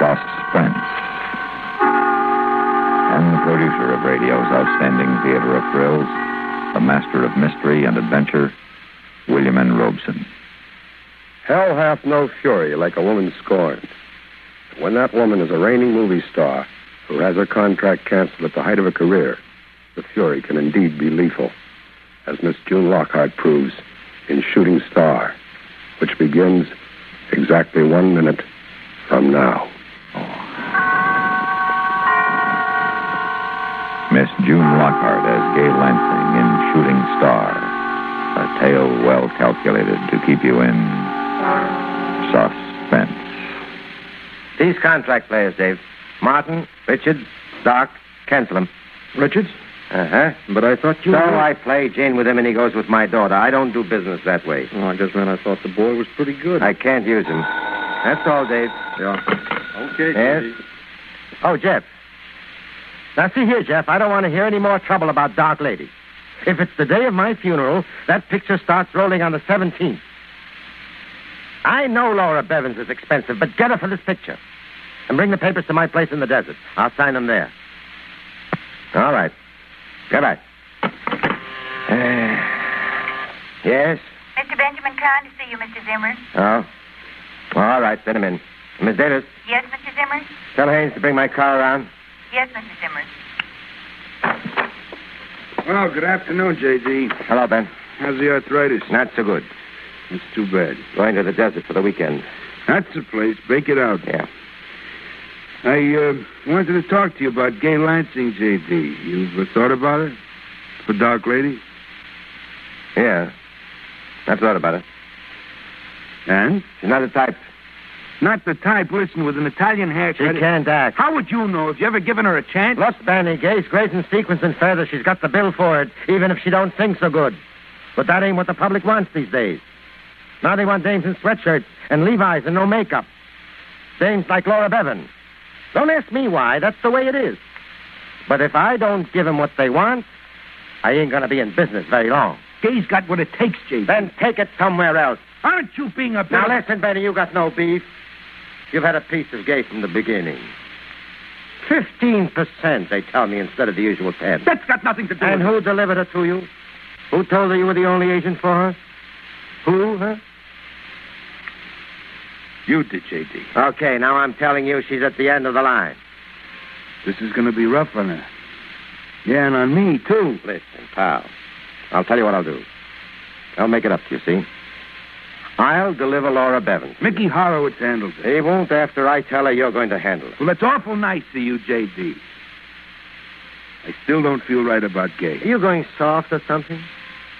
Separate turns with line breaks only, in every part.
Sast's friends. And the producer of radio's outstanding theater of thrills, the master of mystery and adventure, William N. Robeson.
Hell hath no fury like a woman scorned. When that woman is a reigning movie star who has her contract canceled at the height of her career, the fury can indeed be lethal, as Miss June Lockhart proves in Shooting Star, which begins exactly one minute from now.
Miss June Lockhart as Gay Lansing in Shooting Star, a tale well calculated to keep you in suspense.
These contract players, Dave. Martin, Richard, Doc, cancel them.
Richards?
Uh huh.
But I thought
So I play Jane with him and he goes with my daughter. I don't do business that way.
Oh, I just meant I thought the boy was pretty good.
I can't use him. That's all, Dave.
Okay,
Yes? Oh, Jeff. Now, see here, Jeff. I don't want to hear any more trouble about Dark Lady. If it's the day of my funeral, that picture starts rolling on the 17th. I know Laura Bevins is expensive, but get her for this picture. And bring the papers to my place in the desert. I'll sign them there. All right. Goodbye. Eh, yes?
Mr. Benjamin Kahn to see you, Mr. Zimmer.
Oh? All right, send him in. Miss Davis,
Yes, Mr. Zimmer?
tell Haynes to bring my car around.
Yes, Mr. Zimmer.
Well, good afternoon, J.D.
Hello, Ben.
How's the arthritis?
Not so good.
It's too bad.
Going to the desert for the weekend.
That's the place. Break it out.
Yeah.
I uh, wanted to talk to you about gay Lansing, J.D. You've uh, thought about it? For Dark Lady?
Yeah. I've thought about it.
And?
She's not the type.
Not the type. Listen, with an Italian
She
haircut...
can't act.
How would you know? Have you ever given her a chance?
Look, Benny, gaze, grace, and sequence and feather. She's got the bill for it, even if she don't sing so good. But that ain't what the public wants these days. Now they want dames in sweatshirts and Levi's and no makeup. Dames like Laura Bevan. Don't ask me why. That's the way it is. But if I don't give 'em what they want, I ain't going to be in business very long.
Gay's got what it takes, J.D.
Then take it somewhere else.
aren't you being a...
Now listen, Benny, you got no beef. You've had a piece of gay from the beginning. Fifteen percent, they tell me, instead of the usual ten.
That's got nothing to do
And who delivered her to you? Who told her you were the only agent for her? Who, huh?
You did, J.D.
Okay, now I'm telling you she's at the end of the line.
This is going to be rough on her. Yeah, and on me, too.
Listen, pal. I'll tell you what I'll do. I'll make it up to you, see? I'll deliver Laura Bevan.
Mickey Horowitz handles it.
He won't after I tell her you're going to handle it.
Well, that's awful nice of you, J.D. I still don't feel right about Gay.
Are you going soft or something?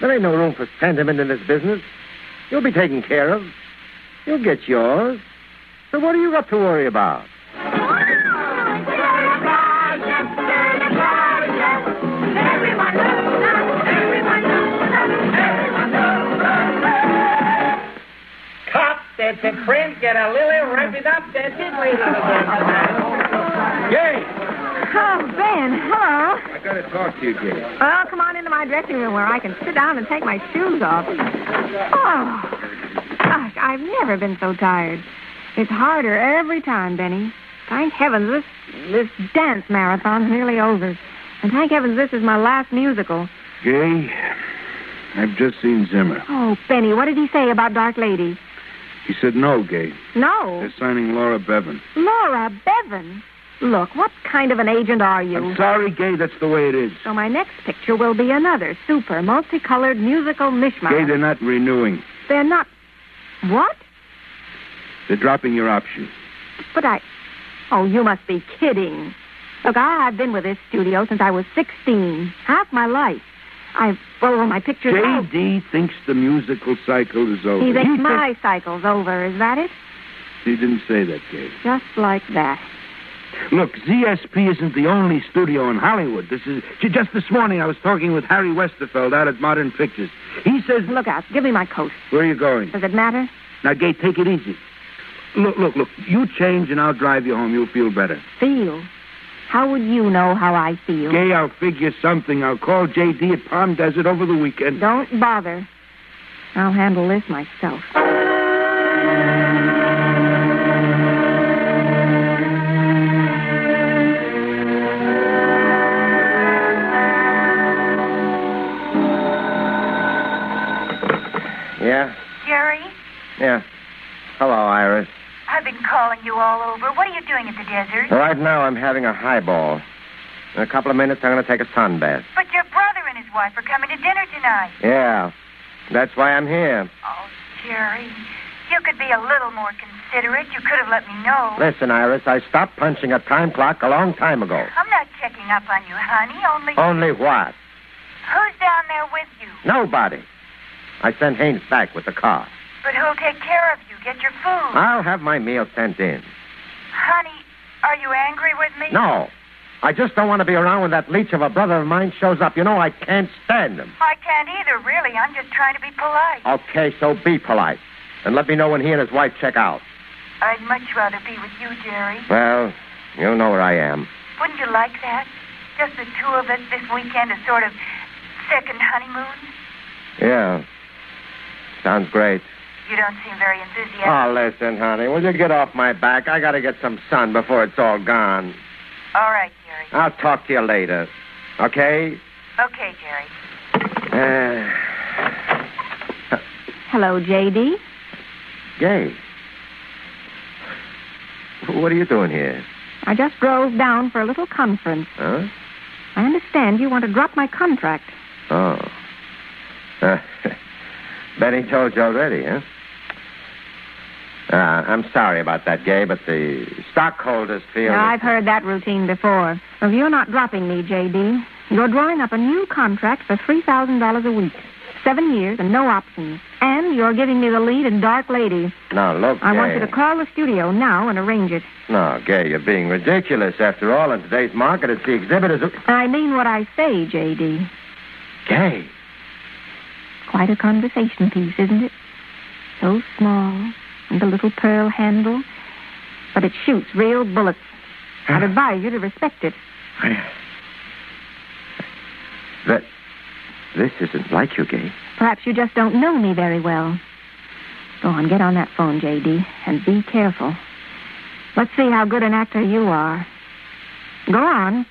There ain't no room for sentiment in this business. You'll be taken care of. You'll get yours. So what do you got to worry about?
Cop, that's a print, get a lily, wrap it up, that's it, ladies and gentlemen.
Oh, Ben, hello.
I gotta talk to you, Gay.
Well, come on into my dressing room where I can sit down and take my shoes off. Oh, gosh, I've never been so tired. It's harder every time, Benny. Thank heavens this this dance marathon's nearly over, and thank heavens this is my last musical.
Gay, I've just seen Zimmer.
Oh, Benny, what did he say about Dark Lady?
He said no, Gay.
No,
They're signing Laura Bevan.
Laura Bevan. Look, what kind of an agent are you?
I'm sorry, Gay, that's the way it is.
So my next picture will be another super multicolored musical mishmash.
Gay, they're not renewing.
They're not. What?
They're dropping your option.
But I. Oh, you must be kidding. Look, I, I've been with this studio since I was 16, half my life. I've. Well, all my pictures.
J.D. thinks the musical cycle is
Oh,
over.
he
You
thinks my cycle's over, is that it?
think- He didn't say that, Gay.
Just like that.
Look, ZSP isn't the only studio in Hollywood. This is ju- just this morning. I was talking with Harry Westerfeld out at Modern Pictures. He says,
Look out, give me my coat.
"Where are you going?"
Does it matter?
Now, Gay, take it easy. Look, look, look. You change, and I'll drive you home. You'll feel better.
Feel. How would you know how I feel?
Gay, I'll figure something. I'll call J.D. at Palm Desert over the weekend.
Don't bother. I'll handle this myself.
been calling you all over. What are you doing at the desert?
Right now, I'm having a highball. In a couple of minutes, I'm going to take a sun bath.
But your brother and his wife are coming to dinner tonight.
Yeah. That's why I'm here.
Oh, Jerry, you could be a little more considerate. You could have let me know.
Listen, Iris, I stopped punching a time clock a long time ago.
I'm not checking up on you, honey. Only
Only what?
who's down there with you?
Nobody. I sent Haynes back with the car.
But who'll take care of you? Get your food.
I'll have my meal sent in.
Honey, are you angry with me?
No. I just don't want to be around when that leech of a brother of mine shows up. You know, I can't stand him.
I can't either, really. I'm just trying to be polite.
Okay, so be polite. And let me know when he and his wife check out.
I'd much rather be with you, Jerry.
Well, you know where I am.
Wouldn't you like that? Just the two of us this weekend, a sort of second honeymoon?
Yeah. Sounds great.
You don't seem very enthusiastic.
Oh, listen, honey, will you get off my back? I gotta get some sun before it's all gone.
All right, Jerry.
I'll talk to you later. Okay?
Okay, Jerry.
Uh,
Hello, J.D.
Gay. What are you doing here?
I just drove down for a little conference.
Huh?
I understand you want to drop my contract.
Oh. Uh, Benny told you already, huh? Uh, I'm sorry about that, Gay, but the stockholders feel.
Now,
that-
I've heard that routine before. If you're not dropping me, J.D., you're drawing up a new contract for $3,000 a week. Seven years and no options. And you're giving me the lead in Dark Lady.
Now, look,
I want
Gay.
you to call the studio now and arrange it.
No, Gay, you're being ridiculous. After all, in today's market, it's the exhibitors who.
I mean what I say, J.D.
Gay.
Quite a conversation piece, isn't it? So small, and the little pearl handle. But it shoots real bullets. I'd advise you to respect it.
I- That. This isn't like you, Gay.
Perhaps you just don't know me very well. Go on, get on that phone, J.D., and be careful. Let's see how good an actor you are. Go on.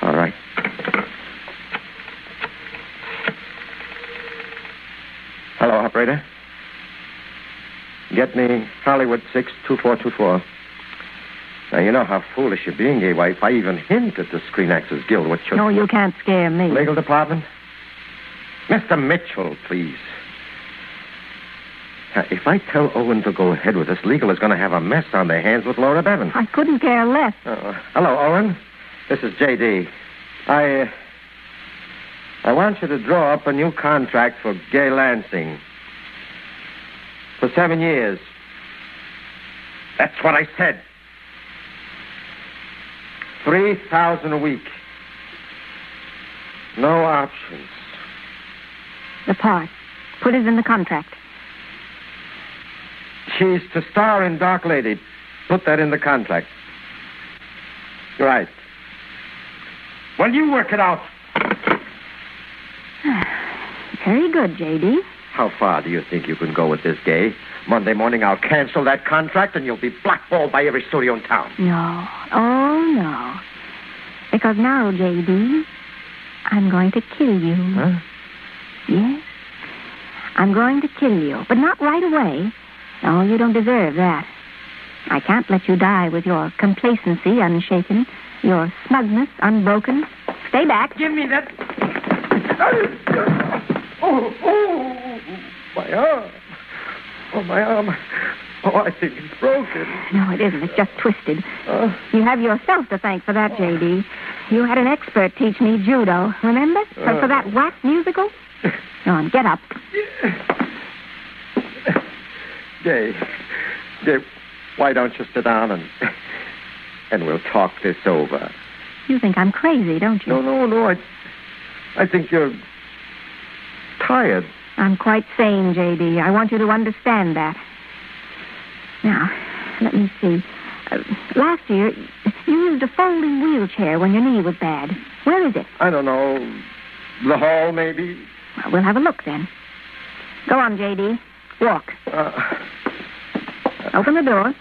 All right. Hello, operator. Get me Hollywood 62424. Now, you know how foolish you're being, gay wife. I even hinted at the Screen Actors Guild what you
No, you can't scare me.
Legal department? Mr. Mitchell, please. Now, if I tell Owen to go ahead with this, legal is going to have a mess on their hands with Laura Bevan.
I couldn't care less.
Uh, hello, Owen. This is J.D. I, uh, I want you to draw up a new contract for Gay Lansing. For seven years. That's what I said. Three thousand a week. No options.
The part. Put it in the contract.
She's to star in Dark Lady. Put that in the contract. Right. Well, you work it out.
Very good, J.D.
How far do you think you can go with this, Gay? Monday morning, I'll cancel that contract, and you'll be blackballed by every studio in town.
No. Oh, no. Because now, J.D., I'm going to kill you.
Huh?
Yes. I'm going to kill you, but not right away. No, you don't deserve that. I can't let you die with your complacency unshaken, your snugness unbroken. Stay back.
Give me that. Oh, oh,
My arm. Oh, my arm. Oh, I think it's broken.
No, it isn't. It's just twisted.
Uh,
You have yourself to thank for that, J.D. You had an expert teach me judo, remember? For- for that wax musical? Go on, get up.
Gay. Gay, why don't you sit down and. And we'll talk this over.
You think I'm crazy, don't you?
No, no, no. I, I think you're tired.
I'm quite sane, J.D. I want you to understand that. Now, let me see. Uh, last year, you used a folding wheelchair when your knee was bad. Where is it?
I don't know. The hall, maybe.
Well, we'll have a look then. Go on, J.D. Walk.
Uh,
Open the door.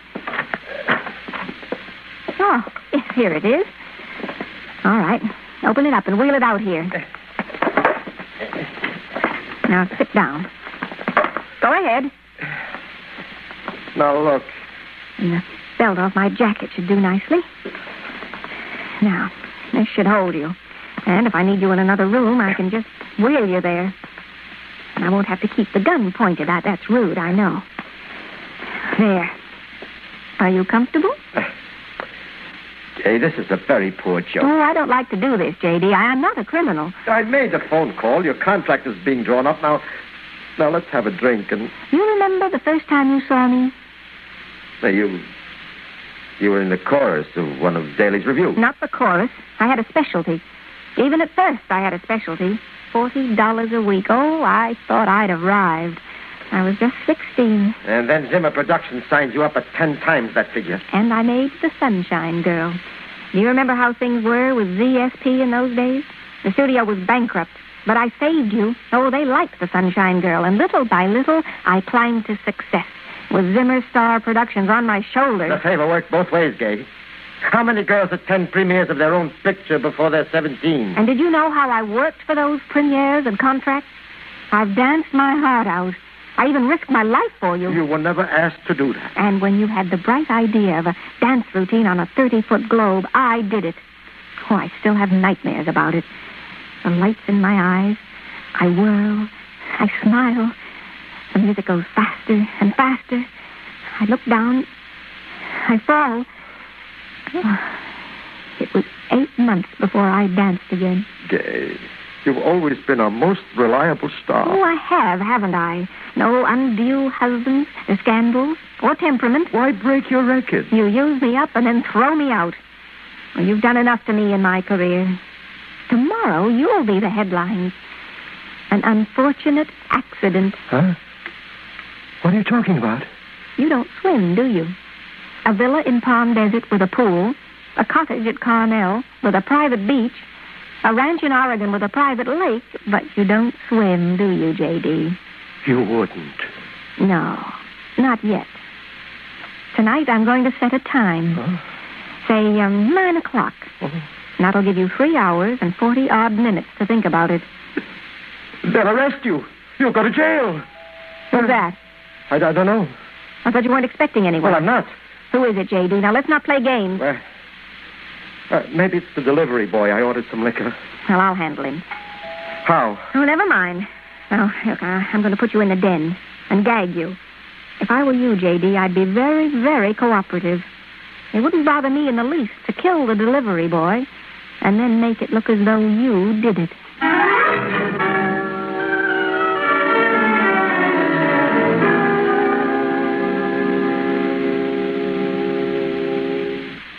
Oh, yes, here it is. All right. Open it up and wheel it out here. Now, sit down. Go ahead.
Now look.
And the belt off my jacket should do nicely. Now, this should hold you. And if I need you in another room, I can just wheel you there. And I won't have to keep the gun pointed at. That's rude, I know. There. Are you comfortable?
Hey, this is a very poor joke.
Oh, I don't like to do this, J.D. I am not a criminal.
I made the phone call. Your contract is being drawn up now. Now let's have a drink and
You remember the first time you saw me?
Now, you you were in the chorus of one of Daly's reviews.
Not the chorus. I had a specialty. Even at first, I had a specialty. Forty dollars a week. Oh, I thought I'd arrived. I was just sixteen,
And then Zimmer Productions signed you up at ten times that figure.
and I made the Sunshine Girl. Do you remember how things were with ZSP in those days? The studio was bankrupt, but I saved you. Oh, they liked the Sunshine Girl, and little by little, I climbed to success with Zimmer Star Productions on my
The
shoulders.
favor worked both ways, Gay. How many girls attend premieres of their own picture before they're 17?
And did you know how I worked for those premieres and contracts? I've danced my heart out. I even risked my life for you.
You were never asked to do that.
And when you had the bright idea of a dance routine on a 30 foot globe, I did it. Oh, I still have nightmares about it. The lights in my eyes. I whirl. I smile. The music goes faster and faster. I look down. I fall. Oh, It was eight months before I danced again.
Gay, you've always been our most reliable
Oh, I have, haven't I? No undue husbands, or scandals, or temperament.
Why break your record?
You use me up and then throw me out. Well, you've done enough to me in my career. Tomorrow you'll be the headlines. An unfortunate accident.
Huh? What are you talking about?
You don't swim, do you? A villa in Palm Desert with a pool, a cottage at Carmel with a private beach, a ranch in Oregon with a private lake, but you don't swim, do you, J.D.?
You wouldn't.
No, not yet. Tonight I'm going to set a time.
Oh.
Say, um, nine o'clock. And that'll give you three hours and 40 odd minutes to think about it.
They'll arrest you. You'll go to jail.
Hmm.
What's that?
I, I don't know.
I thought you weren't expecting anyone.
Well, I'm not.
Who is it, J.D.? Now, let's not play games.
Well, uh, maybe it's the delivery boy. I ordered some liquor.
Well, I'll handle him.
How?
Oh, never mind. Now, look, I, I'm going to put you in a den and gag you. If I were you, J.D., I'd be very, very cooperative. It wouldn't bother me in the least to kill the delivery boy and then make it look as though you did it.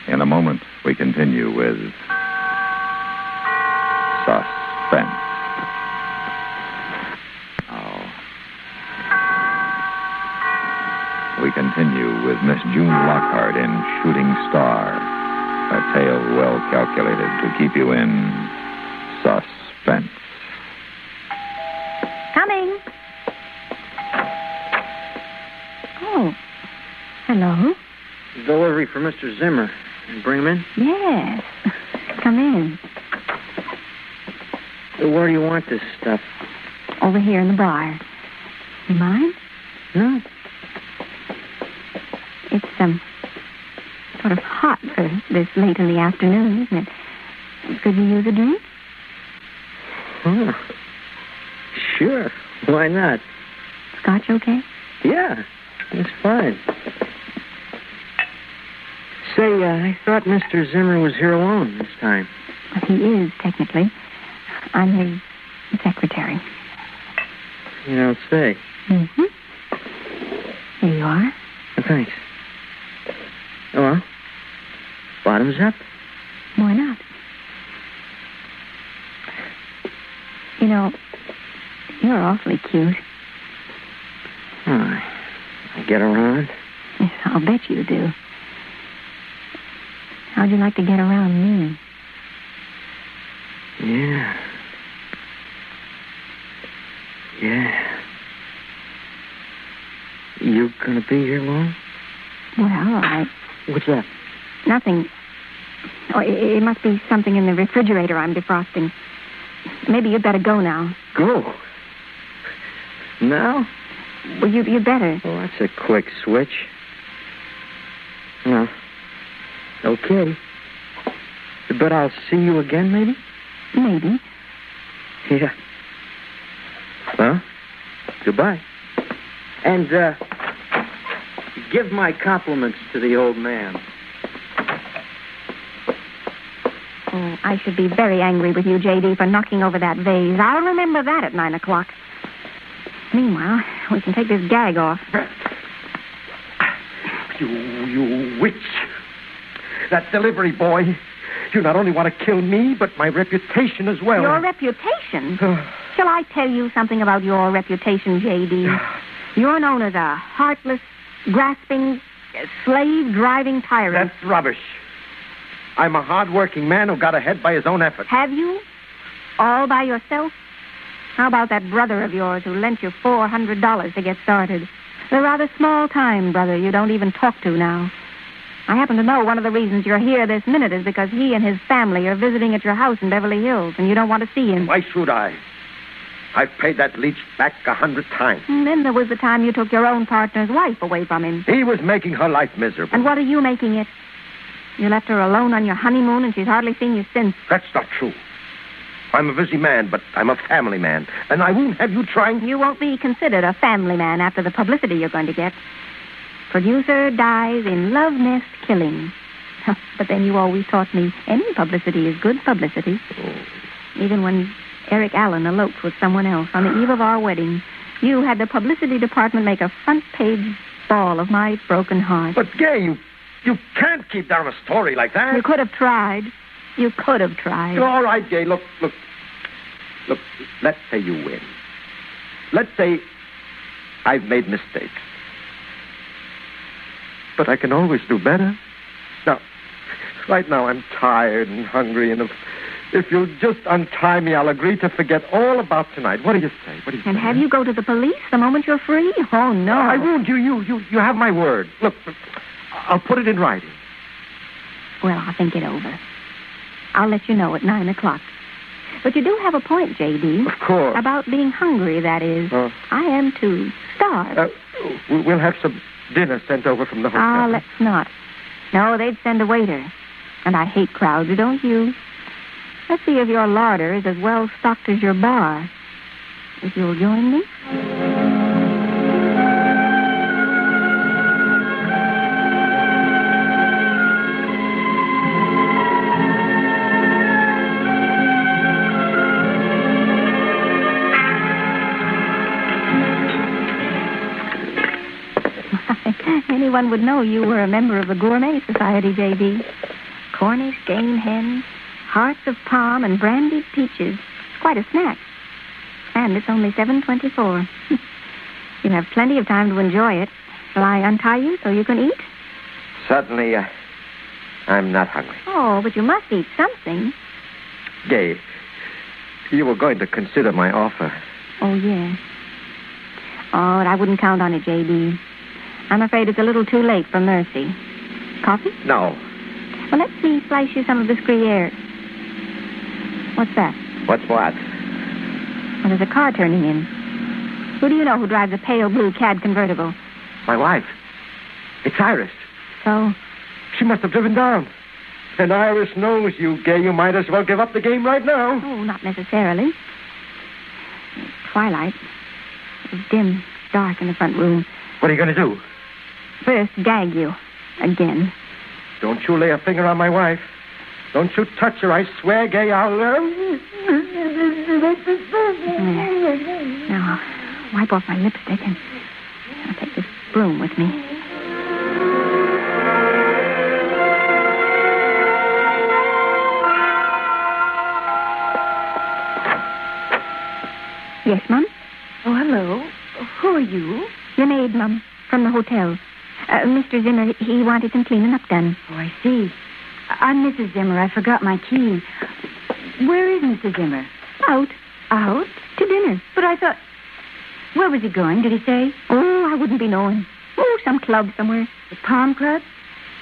In a moment, we continue with suspense. Oh. Now, we continue with Miss June Lockhart in Shooting Star, a tale well calculated to keep you in suspense.
Coming. Oh. Hello?
Delivery for Mr. Zimmer. Bring him in.
Yes. Come in.
Where do you want this stuff?
Over here in the bar. You mind?
No.
It's, um, sort of hot for this late in the afternoon, isn't it? Could you use a drink?
Huh. Oh, Sure. Why not?
Scotch okay?
Yeah, it's fine. Say, uh, I thought Mr. Zimmer was here alone this time.
Well, he is, technically. I'm his secretary.
You don't say.
Mm-hmm. Here you are.
Thanks. Oh, well, bottoms up.
Why not? You know, you're awfully cute.
Oh, I I get around.
Yes, I'll bet you do. How'd you like to get around me?
Yeah. Yeah. You gonna be here long?
Well, I.
What's that?
Nothing. Oh, it, it must be something in the refrigerator I'm defrosting. Maybe you'd better go now.
Go. Now?
Well, you, you'd better.
Oh,
Well, that's a quick switch.
No. Okay. But I'll see you again, maybe?
Maybe.
Yeah. Well, goodbye. And, uh, give my compliments to the old man.
Oh, I should be very angry with you, J.D., for knocking over that vase. I'll remember that at 9 o'clock. Meanwhile, we can take this gag off.
You, you witch. That delivery boy. You not only want to kill me, but my reputation as well. uh,
Your reputation? Shall I tell you something about your reputation, J.D.? You're known as a heartless, grasping, slave driving tyrant.
That's rubbish. I'm a hard-working man who got ahead by his own effort.
Have you? All by yourself? How about that brother of yours who lent you $400 to get started? The rather small time brother you don't even talk to now. I happen to know one of the reasons you're here this minute is because he and his family are visiting at your house in Beverly Hills and you don't want to see him.
Why should I? I've paid that leech back a hundred times.
And then there was the time you took your own partner's wife away from him.
He was making her life miserable.
And what are you making it? You left her alone on your honeymoon and she's hardly seen you since.
That's not true. I'm a busy man, but I'm a family man, and I won't have you trying.
You won't be considered a family man after the publicity you're going to get. Producer dies in love nest killing. but then you always taught me any publicity is good publicity. Even when Eric Allen eloped with someone else on the eve of our wedding, you had the publicity department make a front page ball of my broken heart.
But Gay, you, you can't keep down a story like that.
You could have tried. You could have tried.
All right, Gay. Look, look, look. Let's say you win. Let's say I've made mistakes. But I can always do better. Now, right now I'm tired and hungry, and if, if you'll just untie me, I'll agree to forget all about tonight. What do you say? What do you
And
say?
have you go to the police the moment you're free? Oh, no.
I won't. You, you, you, you have my word. Look, I'll put it in writing.
Well, I'll think it over. I'll let you know at 9 o'clock. But you do have a point, J.D.
Of course.
About being hungry, that is.
Uh.
I am too. Starved.
Uh, we- we'll have some dinner sent over from the hotel.
ah, let's not. No, they'd send a waiter. And I hate crowds, don't you? Let's see if your larder is as well stocked as your bar. If you'll join me. Anyone would know you were a member of the Gourmet Society, J.D. Cornish game hens, hearts of palm, and brandied peaches. It's quite a snack. And it's only 7.24. you have plenty of time to enjoy it. Shall I untie you so you can eat?
Suddenly, uh, I'm not hungry.
Oh, but you must eat something.
Gay, you were going to consider my offer.
Oh, yes. Oh, but I wouldn't count on it, J.D. I'm afraid it's a little too late for mercy. Coffee?
No.
Well, let me slice you some of this Gruyere. What's that?
What's what?
Well, there's a car turning in. Who do you know who drives a pale blue cad convertible?
My wife. It's Iris.
So,
She must have driven down. And Iris knows you, Gay. You might as well give up the game right now.
oh, not necessarily. It's twilight. It's dim, dark in the front room.
What are you going to do?
First, gag you. Again.
Don't you lay a finger on my wife. Don't you touch her. I swear, Gay, I'll. Uh...
There. Mm. Now, wipe off my lipstick and I'll take this broom with me. Yes, Mum?
Oh, hello. Who are you?
Your maid, Mum, from the hotel. Uh, Mr. Zimmer, he wanted some cleaning up done.
Oh, I see. I- I'm Mrs. Zimmer. I forgot my key. Where is Mr. Zimmer?
Out
Out?
to dinner.
But I thought. Where was he going, did he say?
Oh, I wouldn't be knowing. Oh, some club somewhere.
The Palm Club?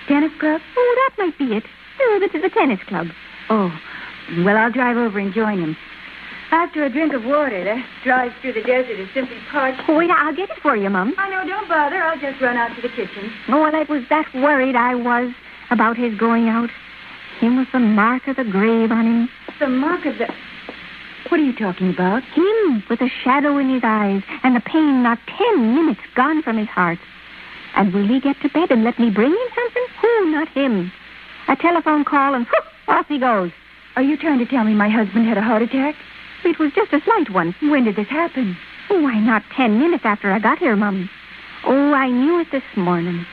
Tennis Club?
Oh, that might be it. Oh, this is a tennis club.
Oh, well, I'll drive over and join him. After a drink of water, that drive through the desert is simply parched.
Wait, I'll get it for you, Mum.
I know, don't bother. I'll just run out to the kitchen.
Oh, and I was that worried I was about his going out. Him with the mark of the grave on him.
The mark of the. What are you talking about?
Him with the shadow in his eyes and the pain not ten minutes gone from his heart. And will he get to bed and let me bring him something? Who, not him. A telephone call and whoop, off he goes.
Are you trying to tell me my husband had a heart attack?
It was just a slight one.
When did this happen?
Why, not ten minutes after I got here, Mum. Oh, I knew it this morning.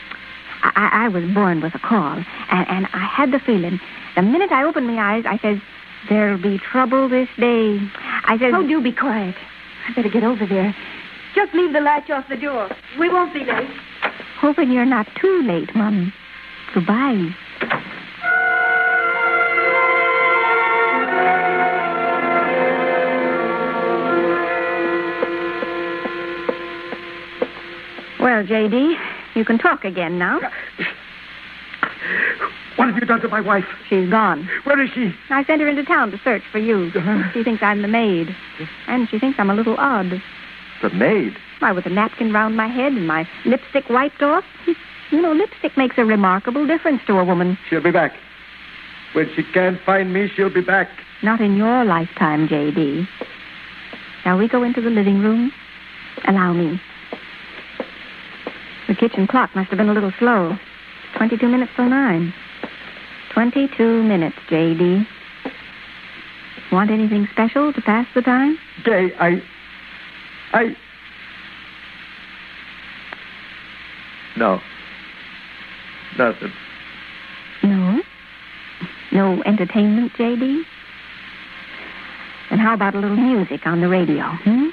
I, I, I was born with a call, and, and I had the feeling. The minute I opened my eyes, I says, There'll be trouble this day. I says,
Oh, do be quiet. I better get over there. Just leave the latch off the door. We won't be late.
Hoping you're not too late, Mum. Goodbye. Well, J.D., you can talk again now.
What have you done to my wife?
She's gone.
Where is she?
I sent her into town to search for you. She thinks I'm the maid. And she thinks I'm a little odd.
The maid.
Why, with a napkin round my head and my lipstick wiped off. You know, lipstick makes a remarkable difference to a woman.
She'll be back. When she can't find me, she'll be back.
Not in your lifetime, J.D. Now we go into the living room. Allow me. The kitchen clock must have been a little slow. 22 minutes till 9. 22 minutes, J.D. Want anything special to pass the time?
Jay, I. I. No. Nothing.
No? No entertainment, J.D.? And how about a little music on the radio, hmm?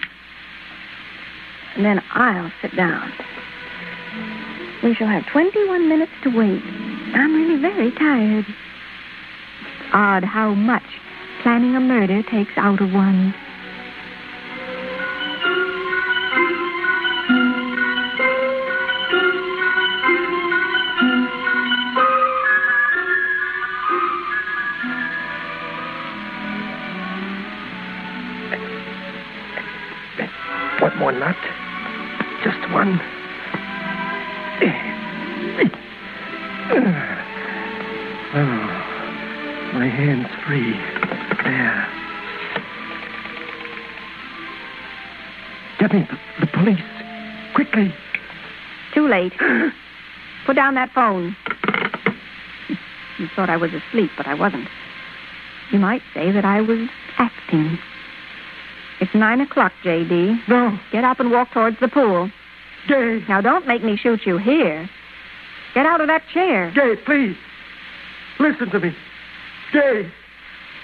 And then I'll sit down. We shall have 21 minutes to wait. I'm really very tired. It's odd how much planning a murder takes out of one.
One more nut. Just one. Oh, my hand's free. There. Get me the, the police. Quickly.
Too late. Put down that phone. You thought I was asleep, but I wasn't. You might say that I was acting. It's nine o'clock, J.D.
No.
Get up and walk towards the pool.
Jay.
Now, don't make me shoot you here. Get out of that chair.
Jay, please. Listen to me. Jay,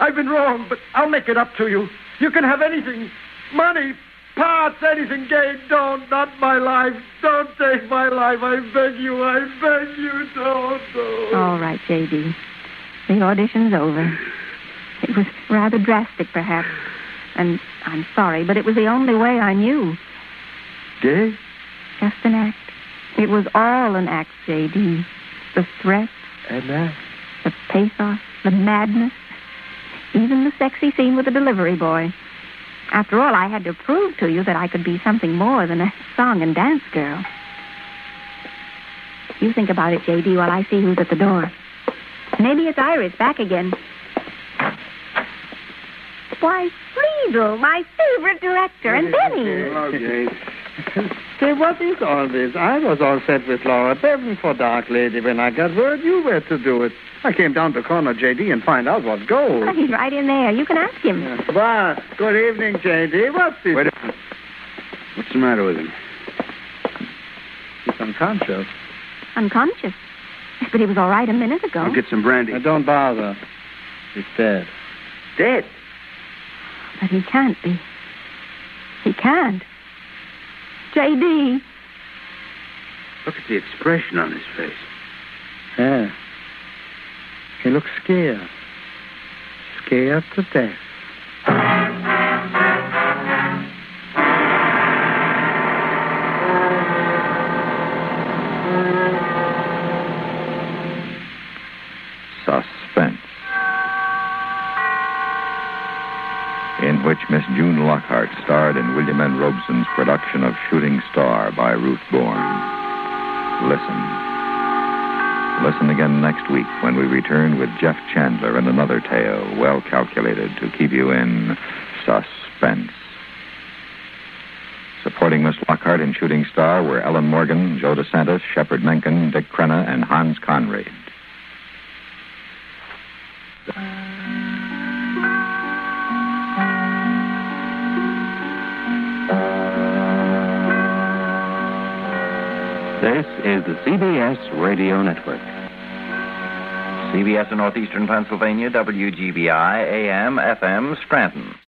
I've been wrong, but I'll make it up to you. You can have anything money, parts, anything. Jay, don't. Not my life. Don't take my life. I beg you. I beg you. Don't. don't.
All right, J.D. The audition's over. It was rather drastic, perhaps. And I'm sorry, but it was the only way I knew.
Jay?
Just an act. It was all an act, J.D. The threat,
And that?
the pathos, the madness, even the sexy scene with the delivery boy. After all, I had to prove to you that I could be something more than a song and dance girl. You think about it, J.D., while I see who's at the door. Maybe it's Iris back again. Why, Friedel, my favorite director, and Benny.
Hello, Jay.
Say, what is all this? I was all set with Laura Bevan for Dark Lady when I got word you were to do it. I came down to corner JD and find out what goes.
He's right in there. You can ask him.
Well, good evening, JD. What's this?
Wait a minute. What's the matter with him?
He's unconscious.
Unconscious. But he was all right a minute ago.
I'll get some brandy.
Now, don't bother. He's dead.
Dead.
But he can't be. He can't. J.D.,
Look at the expression on his face.
Yeah. He looks scared. Scared to death.
Suspense. In in which Miss June Lockhart starred in William N. Robeson's production of Shooting Star by Ruth Bourne. Listen. Listen again next week when we return with Jeff Chandler and another tale well calculated to keep you in suspense. Supporting Miss Lockhart in Shooting Star were Ellen Morgan, Joe DeSantis, Shepard Menken, Dick Crenna, and Hans Conried.
This is the CBS Radio Network.
CBS in Northeastern Pennsylvania, WGBI, AM, FM, Scranton.